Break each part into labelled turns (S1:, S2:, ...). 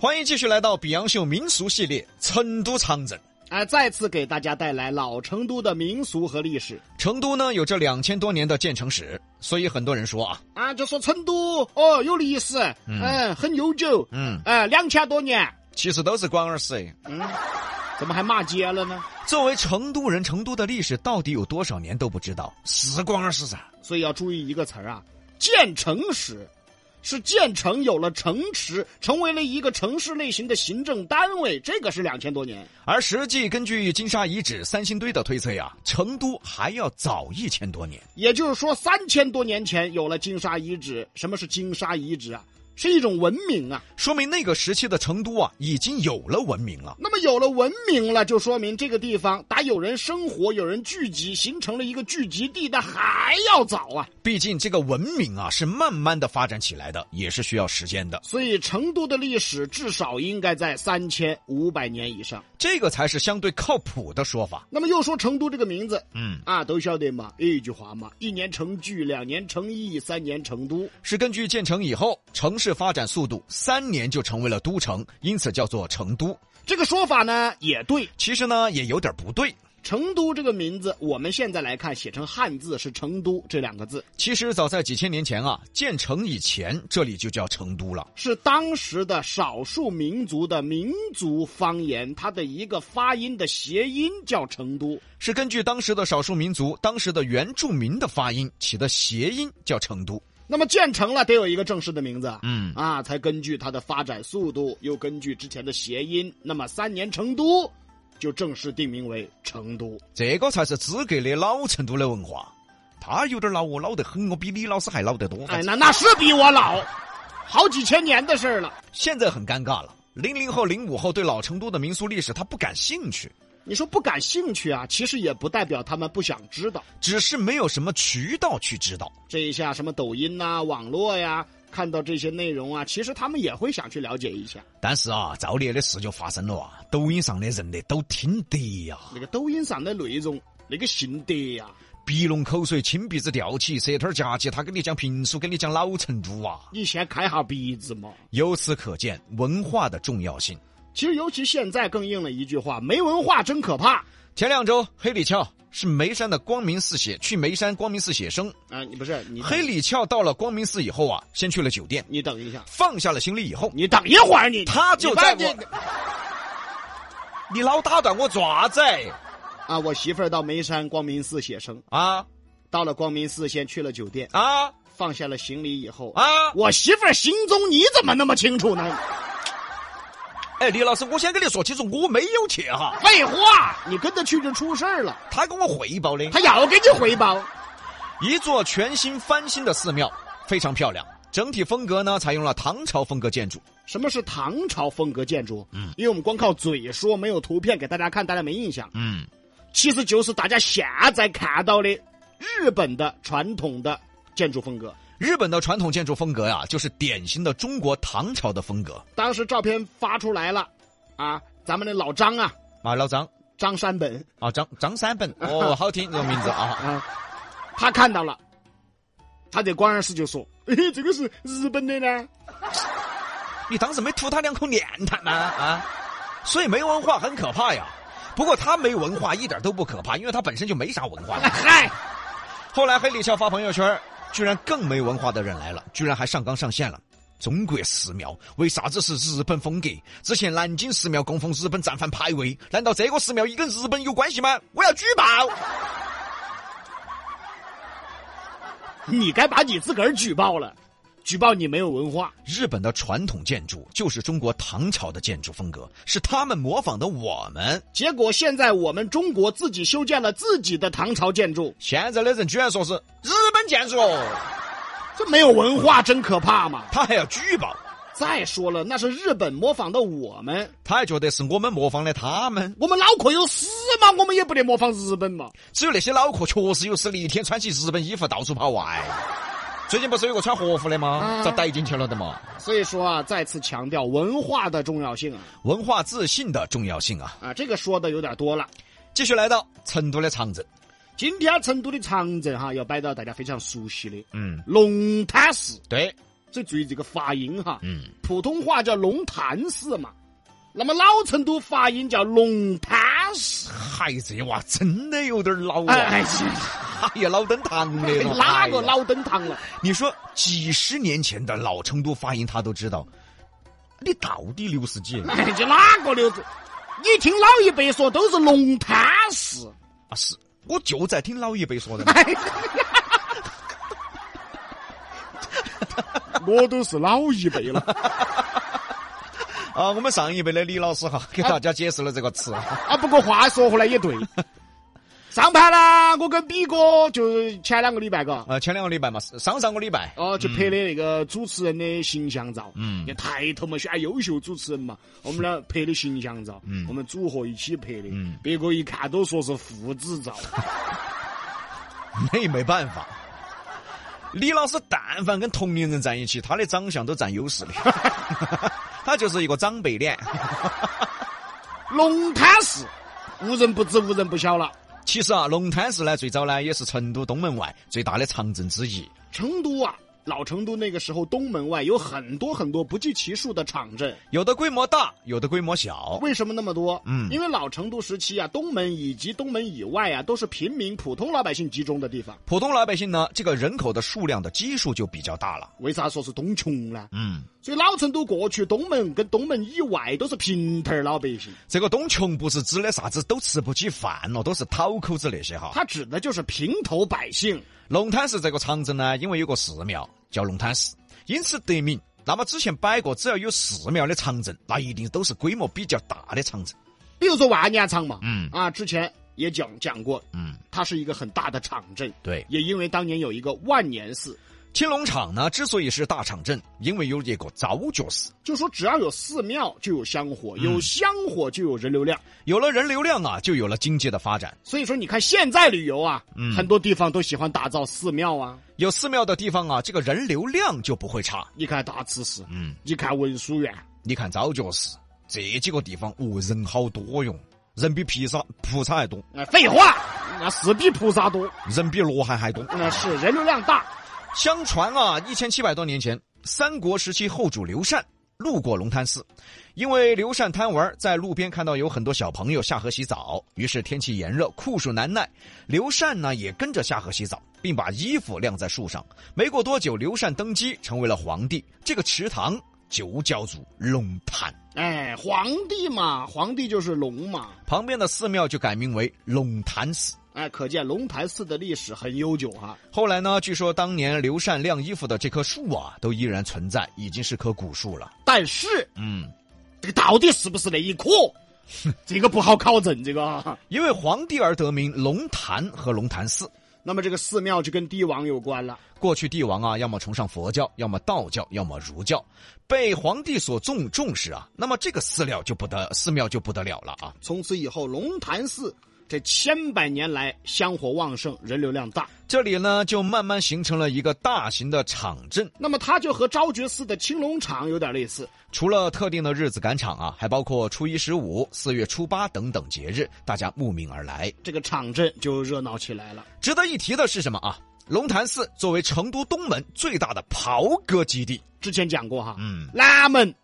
S1: 欢迎继续来到《比洋秀民俗系列》成都长镇。
S2: 哎，再次给大家带来老成都的民俗和历史
S1: 成都呢有着两千多年的建城史，所以很多人说啊，
S2: 啊，就说成都哦有历史，嗯、很悠久，
S1: 嗯，
S2: 哎、两千多年，
S1: 其实都是关二十。
S2: 嗯，怎么还骂街了呢？
S1: 作为成都人，成都的历史到底有多少年都不知道，是关二十噻。
S2: 所以要注意一个词儿啊，建城史，是建成有了城池，成为了一个城市类型的行政单位，这个是两千多年。
S1: 而实际根据金沙遗址三星堆的推测呀、成都还要早一千多年。
S2: 也就是说，三千多年前有了金沙遗址。什么是金沙遗址啊？是一种文明啊。
S1: 说明那个时期的成都啊，已经有了文明了。
S2: 那么有了文明了，就说明这个地方打有人生活、有人聚集，形成了一个聚集地，那还要早啊。
S1: 毕竟这个文明啊是慢慢的发展起来的，也是需要时间的。
S2: 所以成都的历史至少应该在三千五百年以上。
S1: 这个才是相对靠谱的说法。
S2: 那么又说成都这个名字
S1: 嗯，
S2: 啊，都晓得嘛，有一句话嘛，一年成聚，两年成邑，三年成都。
S1: 是根据建成以后，城市发展速度三年就成为了都城，因此叫做成都。
S2: 这个说法呢也对。
S1: 其实呢，也有点不对。
S2: 成都这个名字，我们现在来看写成汉字是“成都”这两个字，
S1: 其实早在几千年前啊，建成以前，这里就叫成都了。
S2: 是当时的少数民族的民族方言，它的一个发音的谐音叫“成都
S1: 是根据当时的少数民族、当时的原住民的发音起的谐音，叫成都。”。
S2: 那么建成了，得有一个正式的名字啊。
S1: 嗯，
S2: 啊，才根据它的发展速度，又根据之前的谐音，那么三年成都就正式定名为成都。
S1: 这个才是资格的老成都的文化。他有点老哦，老得很哦，比李老师还老得多。
S2: 哎，那那是比我老，好几千年的事儿了。
S1: 现在很尴尬了。零零后、零五后对老成都的民俗历史他不感兴趣，
S2: 你说不感兴趣啊？其实也不代表他们不想知道。
S1: 只是没有什么渠道去知道。
S2: 这一下什么抖音呐、网络呀、看到这些内容啊，其实他们也会想去了解一下。
S1: 但是啊，造孽的事就发生了啊！抖音上的人的都听得呀、
S2: 那个抖音上的内容，那个啊心得呀、
S1: 鼻龙口水、青鼻子吊起、舌头夹起，他跟你讲评书，跟你讲老成都啊。
S2: 你先开下鼻子嘛。
S1: 由此可见，文化的重要性。
S2: 其实尤其现在更应了一句话：没文化真可怕。
S1: 前两周，黑李翘是眉山的光明寺写去眉山光明寺写生。
S2: 啊，你不是你
S1: 黑李翘到了光明寺以后啊，先去了酒店，
S2: 你等一下，
S1: 放下了行李以后，
S2: 你等一会儿你，
S1: 他就
S2: 你把
S1: 在
S2: 这
S1: 我你老打断我爪子哎
S2: 啊，我媳妇儿到眉山光明寺写生，
S1: 啊
S2: 到了光明寺先去了酒店，
S1: 啊
S2: 放下了行李以后，
S1: 啊！
S2: 我媳妇儿行踪你怎么那么清楚呢？
S1: 哎，李老师，我先跟你说清楚，我没有去哈，
S2: 废话，你跟他去就出事儿了，
S1: 他跟我汇报的。
S2: 他要给你回报。
S1: 一座全新翻新的寺庙，非常漂亮。整体风格呢，采用了唐朝风格建筑。
S2: 什么是唐朝风格建筑？嗯，因为我们光靠嘴说，没有图片给大家看，大家没印象。
S1: 嗯，
S2: 其实就是大家现在看到的日本的传统的建筑风格。
S1: 日本的传统建筑风格呀、啊就是典型的中国唐朝的风格。
S2: 当时照片发出来了，啊，咱们的老张啊，
S1: 啊，老张
S2: 张山本
S1: 啊，张张三本，哦，好听这个名字啊。
S2: 啊，他看到了，他在关二寺就说：“ 嘿、嘿，这个是日本的呢。
S1: 你当时没吐他两口念他吗？啊，所以没文化很可怕呀。不过他没文化一点都不可怕，因为他本身就没啥文化
S2: 哎”。嗨，
S1: 后来黑李笑发朋友圈，居然更没文化的人来了，居然还上纲上线了。中国寺庙为啥子是日本风格？之前南京寺庙供奉日本战犯牌位，难道这个寺庙也跟日本有关系吗？我要举报！
S2: 你该把你自个儿举报了，举报你没有文化。
S1: 日本的传统建筑就是中国唐朝的建筑风格，是他们模仿的我们。
S2: 结果现在我们中国自己修建了自己的唐朝建筑，
S1: 现在的人居然说是日本建筑，
S2: 这没有文化真可怕嘛！
S1: 他还要举报，
S2: 再说了，那是日本模仿的我们，
S1: 他还觉得是我们模仿的他们。
S2: 我们脑壳有屎嘛？我们也不得模仿日本嘛？
S1: 只有那些脑壳确实有实力，一天穿起日本衣服到处跑外。最近不是有个穿和服的吗？
S2: 啊
S1: 遭逮进去了的嘛。
S2: 所以说啊，再次强调文化的重要性啊！
S1: 文化自信的重要性啊！
S2: 啊，这个说的有点多了。
S1: 继续来到成都的长镇，
S2: 今天成都的长镇哈，要摆到大家非常熟悉的
S1: 嗯，
S2: 龙滩寺。
S1: 对，
S2: 所以注意这个发音哈。
S1: 嗯，
S2: 普通话叫龙潭市嘛，那么老成都发音叫龙滩市。
S1: 嗨，这娃真的有点老啊！
S2: 哎
S1: 哎，呀，老登堂的了，
S2: 哪个
S1: 哎呀
S2: 老登堂了？
S1: 你说几十年前的老成都发音他都知道，你到底六十几啊？
S2: 哎，就哪个留子？你听老一辈说都是龙滩市，
S1: 啊是，我就在听老一辈说的。
S2: 哎我都是老一辈了
S1: 啊，我们上一辈的李老师哈，
S2: 哎
S1: 给大家解释了这个词。
S2: 啊。不过话说回来也 对，上盘啦，我跟比哥就前两个礼拜嘎，
S1: 呃，前两个礼拜嘛，上上个礼拜，
S2: 哦，就拍的那个主持人的形象照，
S1: 嗯
S2: 就抬头嘛，选优秀主持人嘛，我们俩拍的形象照，
S1: 嗯
S2: 我们组合一起拍的，
S1: 嗯
S2: 别个一看都说是父子照，
S1: 那也没办法。李老师但凡跟同龄人在一起，他的长相都占优势的， 他就是一个长辈脸。
S2: 龙滩市无人不知，无人不晓了。
S1: 其实啊，龙滩市呢，最早呢也是成都东门外最大的长镇之一。
S2: 成都啊，老成都那个时候东门外有很多很多不计其数的场镇，
S1: 有的规模大，有的规模小。
S2: 为什么那么多？
S1: 嗯
S2: 因为老成都时期啊，东门以及东门以外啊，都是平民普通老百姓集中的地方。
S1: 普通老百姓呢，这个人口的数量的基数就比较大了。
S2: 为啥说是东穷呢？
S1: 嗯，
S2: 所以老成都过去东门跟东门以外都是平头儿老百姓，
S1: 这个东穷不是指的啥子都吃不起饭了，都是讨口子那些哈。
S2: 它指的就是平头百姓。
S1: 龙滩市这个长镇呢，因为有个寺庙叫龙滩寺，因此得名。那么之前摆过，只要有寺庙的长镇，那一定都是规模比较大的长镇。
S2: 比如说万年场嘛，
S1: 嗯
S2: 啊，之前也讲讲过，
S1: 嗯，
S2: 它是一个很大的场镇，
S1: 对。
S2: 也因为当年有一个万年寺，
S1: 青龙场呢，之所以是大场镇，因为有一个昭觉寺。
S2: 就说只要有寺庙就有香火，
S1: 嗯
S2: 有香火就有人流量。
S1: 有了人流量啊，就有了经济的发展。
S2: 所以说，你看现在旅游啊，
S1: 嗯
S2: 很多地方都喜欢打造寺庙啊。
S1: 有寺庙的地方啊，这个人流量就不会差。
S2: 你看大慈寺，
S1: 嗯，
S2: 你看文殊院，
S1: 你看昭觉寺这几个地方，哦，人好多哟，人比菩萨菩萨还多，
S2: 哎，废话，那是比菩萨多，
S1: 人比罗汉还多。
S2: 那是人流量大。
S1: 相传啊，一千七百多年前，三国时期后主刘禅路过龙滩寺，因为刘禅贪玩，在路边看到有很多小朋友下河洗澡，于是天气炎热，酷暑难耐，刘禅呢也跟着下河洗澡，并把衣服晾在树上。没过多久，刘禅登基，成为了皇帝。这个池塘就叫做龙潭，
S2: 哎，皇帝嘛，皇帝就是龙嘛。
S1: 旁边的寺庙就改名为龙潭寺。
S2: 哎，可见龙潭寺的历史很悠久哈、
S1: 后来呢？据说当年刘禅晾衣服的这棵树啊，都依然存在，已经是棵古树了。
S2: 但是
S1: 嗯，
S2: 这个到底是不是那一棵，这个不好考证。这个啊，
S1: 因为皇帝而得名龙潭和龙潭寺。
S2: 那么这个寺庙就跟帝王有关了。
S1: 过去帝王啊，要么崇尚佛教，要么道教，要么儒教，被皇帝所重重视啊。那么这个寺庙就不得寺庙就不得了了啊！
S2: 从此以后，龙潭寺这千百年来香火旺盛，人流量大。
S1: 这里呢，就慢慢形成了一个大型的场镇。
S2: 那么它就和昭觉寺的青龙场有点类似。
S1: 除了特定的日子赶场啊，还包括初一十五、四月初八等等节日，大家慕名而来。
S2: 这个场镇就热闹起来了。
S1: 值得一提的是什么啊？龙潭寺作为成都东门最大的袍哥基地，
S2: 之前讲过哈，
S1: 嗯
S2: 南门，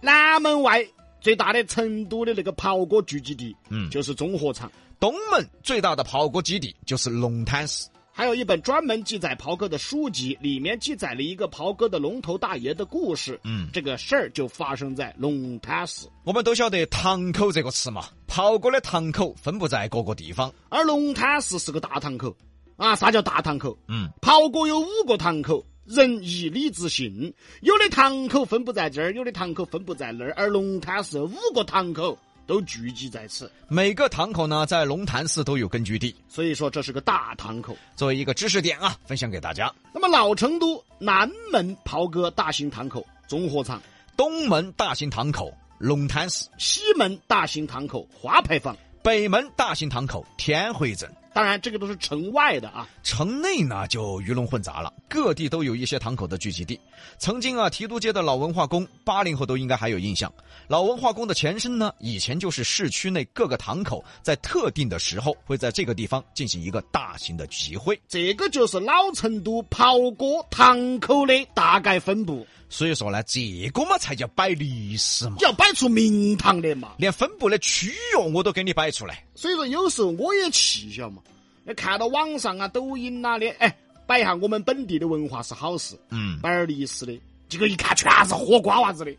S2: 南门外最大的成都的那个袍哥聚集地，
S1: 嗯，
S2: 就是综合场。
S1: 东门最大的袍哥基地就是龙潭寺。
S2: 还有一本专门记载袍哥的书籍，里面记载了一个袍哥的龙头大爷的故事。
S1: 嗯
S2: 这个事儿就发生在龙潭寺，
S1: 我们都晓得“堂口”这个词嘛，袍哥的堂口分布在各个地方。
S2: 而龙潭寺是个大堂口，啊，啥叫大堂口？
S1: 嗯，
S2: 袍哥有五个堂口，人以礼自信。有的堂口分布在这儿，有的堂口分布在那儿，而龙潭寺五个堂口都聚集在此，
S1: 每个堂口呢，在龙潭寺都有根据地。
S2: 所以说这是个大堂口。
S1: 作为一个知识点啊，分享给大家。
S2: 那么老成都南门袍哥大型堂口综合场，
S1: 东门大型堂口龙潭寺，
S2: 西门大型堂口华牌坊，
S1: 北门大型堂口天回镇。
S2: 当然这个都是城外的啊。
S1: 城内呢就鱼龙混杂了，各地都有一些堂口的聚集地。曾经啊，提督街的老文化宫，八零后都应该还有印象。老文化宫的前身呢，以前就是市区内各个堂口在特定的时候会在这个地方进行一个大型的集会。
S2: 这个就是老成都袍哥堂口的大概分布。
S1: 所以说呢，这个嘛才叫摆历史嘛，
S2: 要摆出名堂的嘛。
S1: 连分布的区域我都给你摆出来。
S2: 所以说有时候我也气晓嘛，那看到网上啊、抖音呐、的，哎，摆一下我们本地的文化是好事，
S1: 嗯，
S2: 摆点儿历史的，结果一看全是喝瓜娃子的，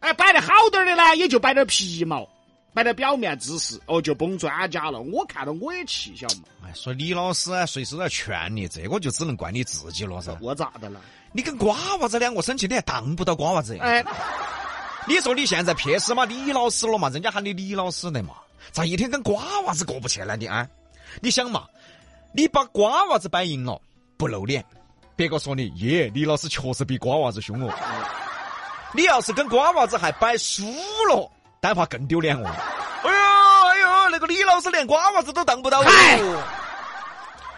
S2: 哎，摆得好点儿的呢，也就摆点儿皮毛，摆点儿表面知识，哦，就崩专家了。我看到我也气晓嘛，
S1: 哎，说李老师啊，随时都要劝你，这个就只能怪你自己了噻。
S2: 我咋的了？
S1: 你跟瓜娃子两个生气，你还当不到瓜娃子呀？
S2: 哎，
S1: 你说你现在撇死嘛李老师了嘛，人家喊你李老师的嘛，咋一天跟瓜娃子过不去呢？你啊，你想嘛，你把瓜娃子摆赢了，不露脸，别个说你耶，李老师确实比瓜娃子凶哦。你要是跟瓜娃子还摆输了，单怕更丢脸哦。哎呦哎呦，那个李老师连瓜娃子都当不到哦。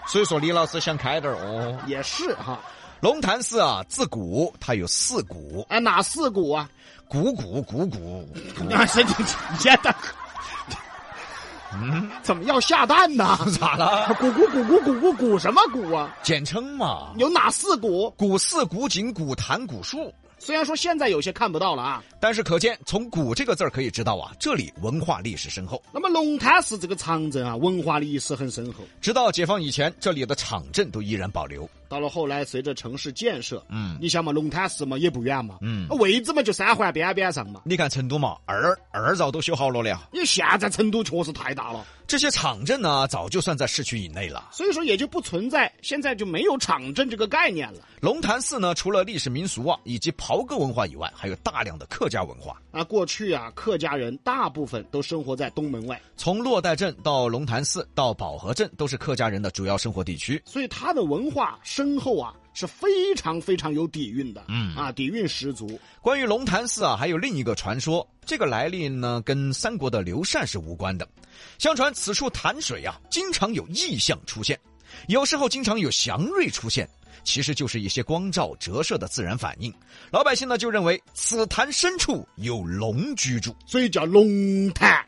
S1: 所以说，李老师想开点儿哦。
S2: 也是哈，
S1: 龙潭寺啊，自古它有四鼓，
S2: 哎，哪四股啊？
S1: 鼓鼓鼓鼓。
S2: 啊，神经病的，嗯，怎么要下蛋呢？
S1: 咋了？
S2: 鼓鼓鼓鼓鼓鼓鼓什么鼓啊？
S1: 简称嘛。
S2: 有哪四鼓？
S1: 古寺、古井、古坛、古树。
S2: 虽然说现在有些看不到了啊，
S1: 但是可见，从“古”这个字儿可以知道啊，这里文化历史深厚。
S2: 那么龙潭寺这个长镇啊，文化历史很深厚。
S1: 直到解放以前，这里的场镇都依然保留。
S2: 到了后来，随着城市建设，
S1: 嗯
S2: 你想嘛，龙潭寺嘛也不远嘛，
S1: 嗯
S2: 那位置嘛就三环边边上嘛。
S1: 你看成都嘛，二二绕都修好了了。
S2: 因为现在成都确实太大了，
S1: 这些场镇呢，早就算在市区以内了。
S2: 所以说也就不存在，现在就没有场镇这个概念了
S1: 龙潭寺呢，除了历史民俗啊以及袍哥文化以外，还有大量的客家文化。
S2: 啊。过去啊，客家人大部分都生活在东门外，
S1: 从洛带镇到龙潭寺到保和镇，都是客家人的主要生活地区。
S2: 所以它的文化深厚啊，是非常非常有底蕴的，
S1: 嗯
S2: 啊，底蕴十足。
S1: 关于龙潭寺啊，还有另一个传说，这个来历呢跟三国的刘禅是无关的。相传此处潭水啊，经常有异象出现，有时候经常有祥瑞出现，其实就是一些光照折射的自然反应。老百姓呢就认为此潭深处有龙居住。
S2: 所以叫龙潭。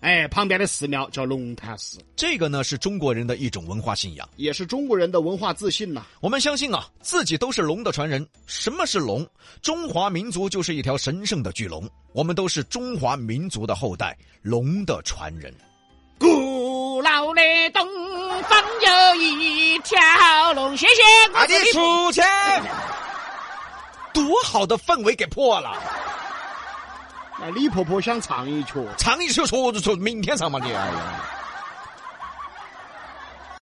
S2: 哎，旁边的寺庙叫龙潭寺，
S1: 这个呢是中国人的一种文化信仰。
S2: 也是中国人的文化自信呐、
S1: 我们相信啊，自己都是龙的传人。什么是龙？中华民族就是一条神圣的巨龙，我们都是中华民族的后代，龙的传人。
S3: 古老的东方有一条龙，谢谢我的
S1: 出去！多好的氛围给破了，
S2: 那李婆婆想唱一曲，
S1: 唱一首说说，明天唱嘛你。哎呀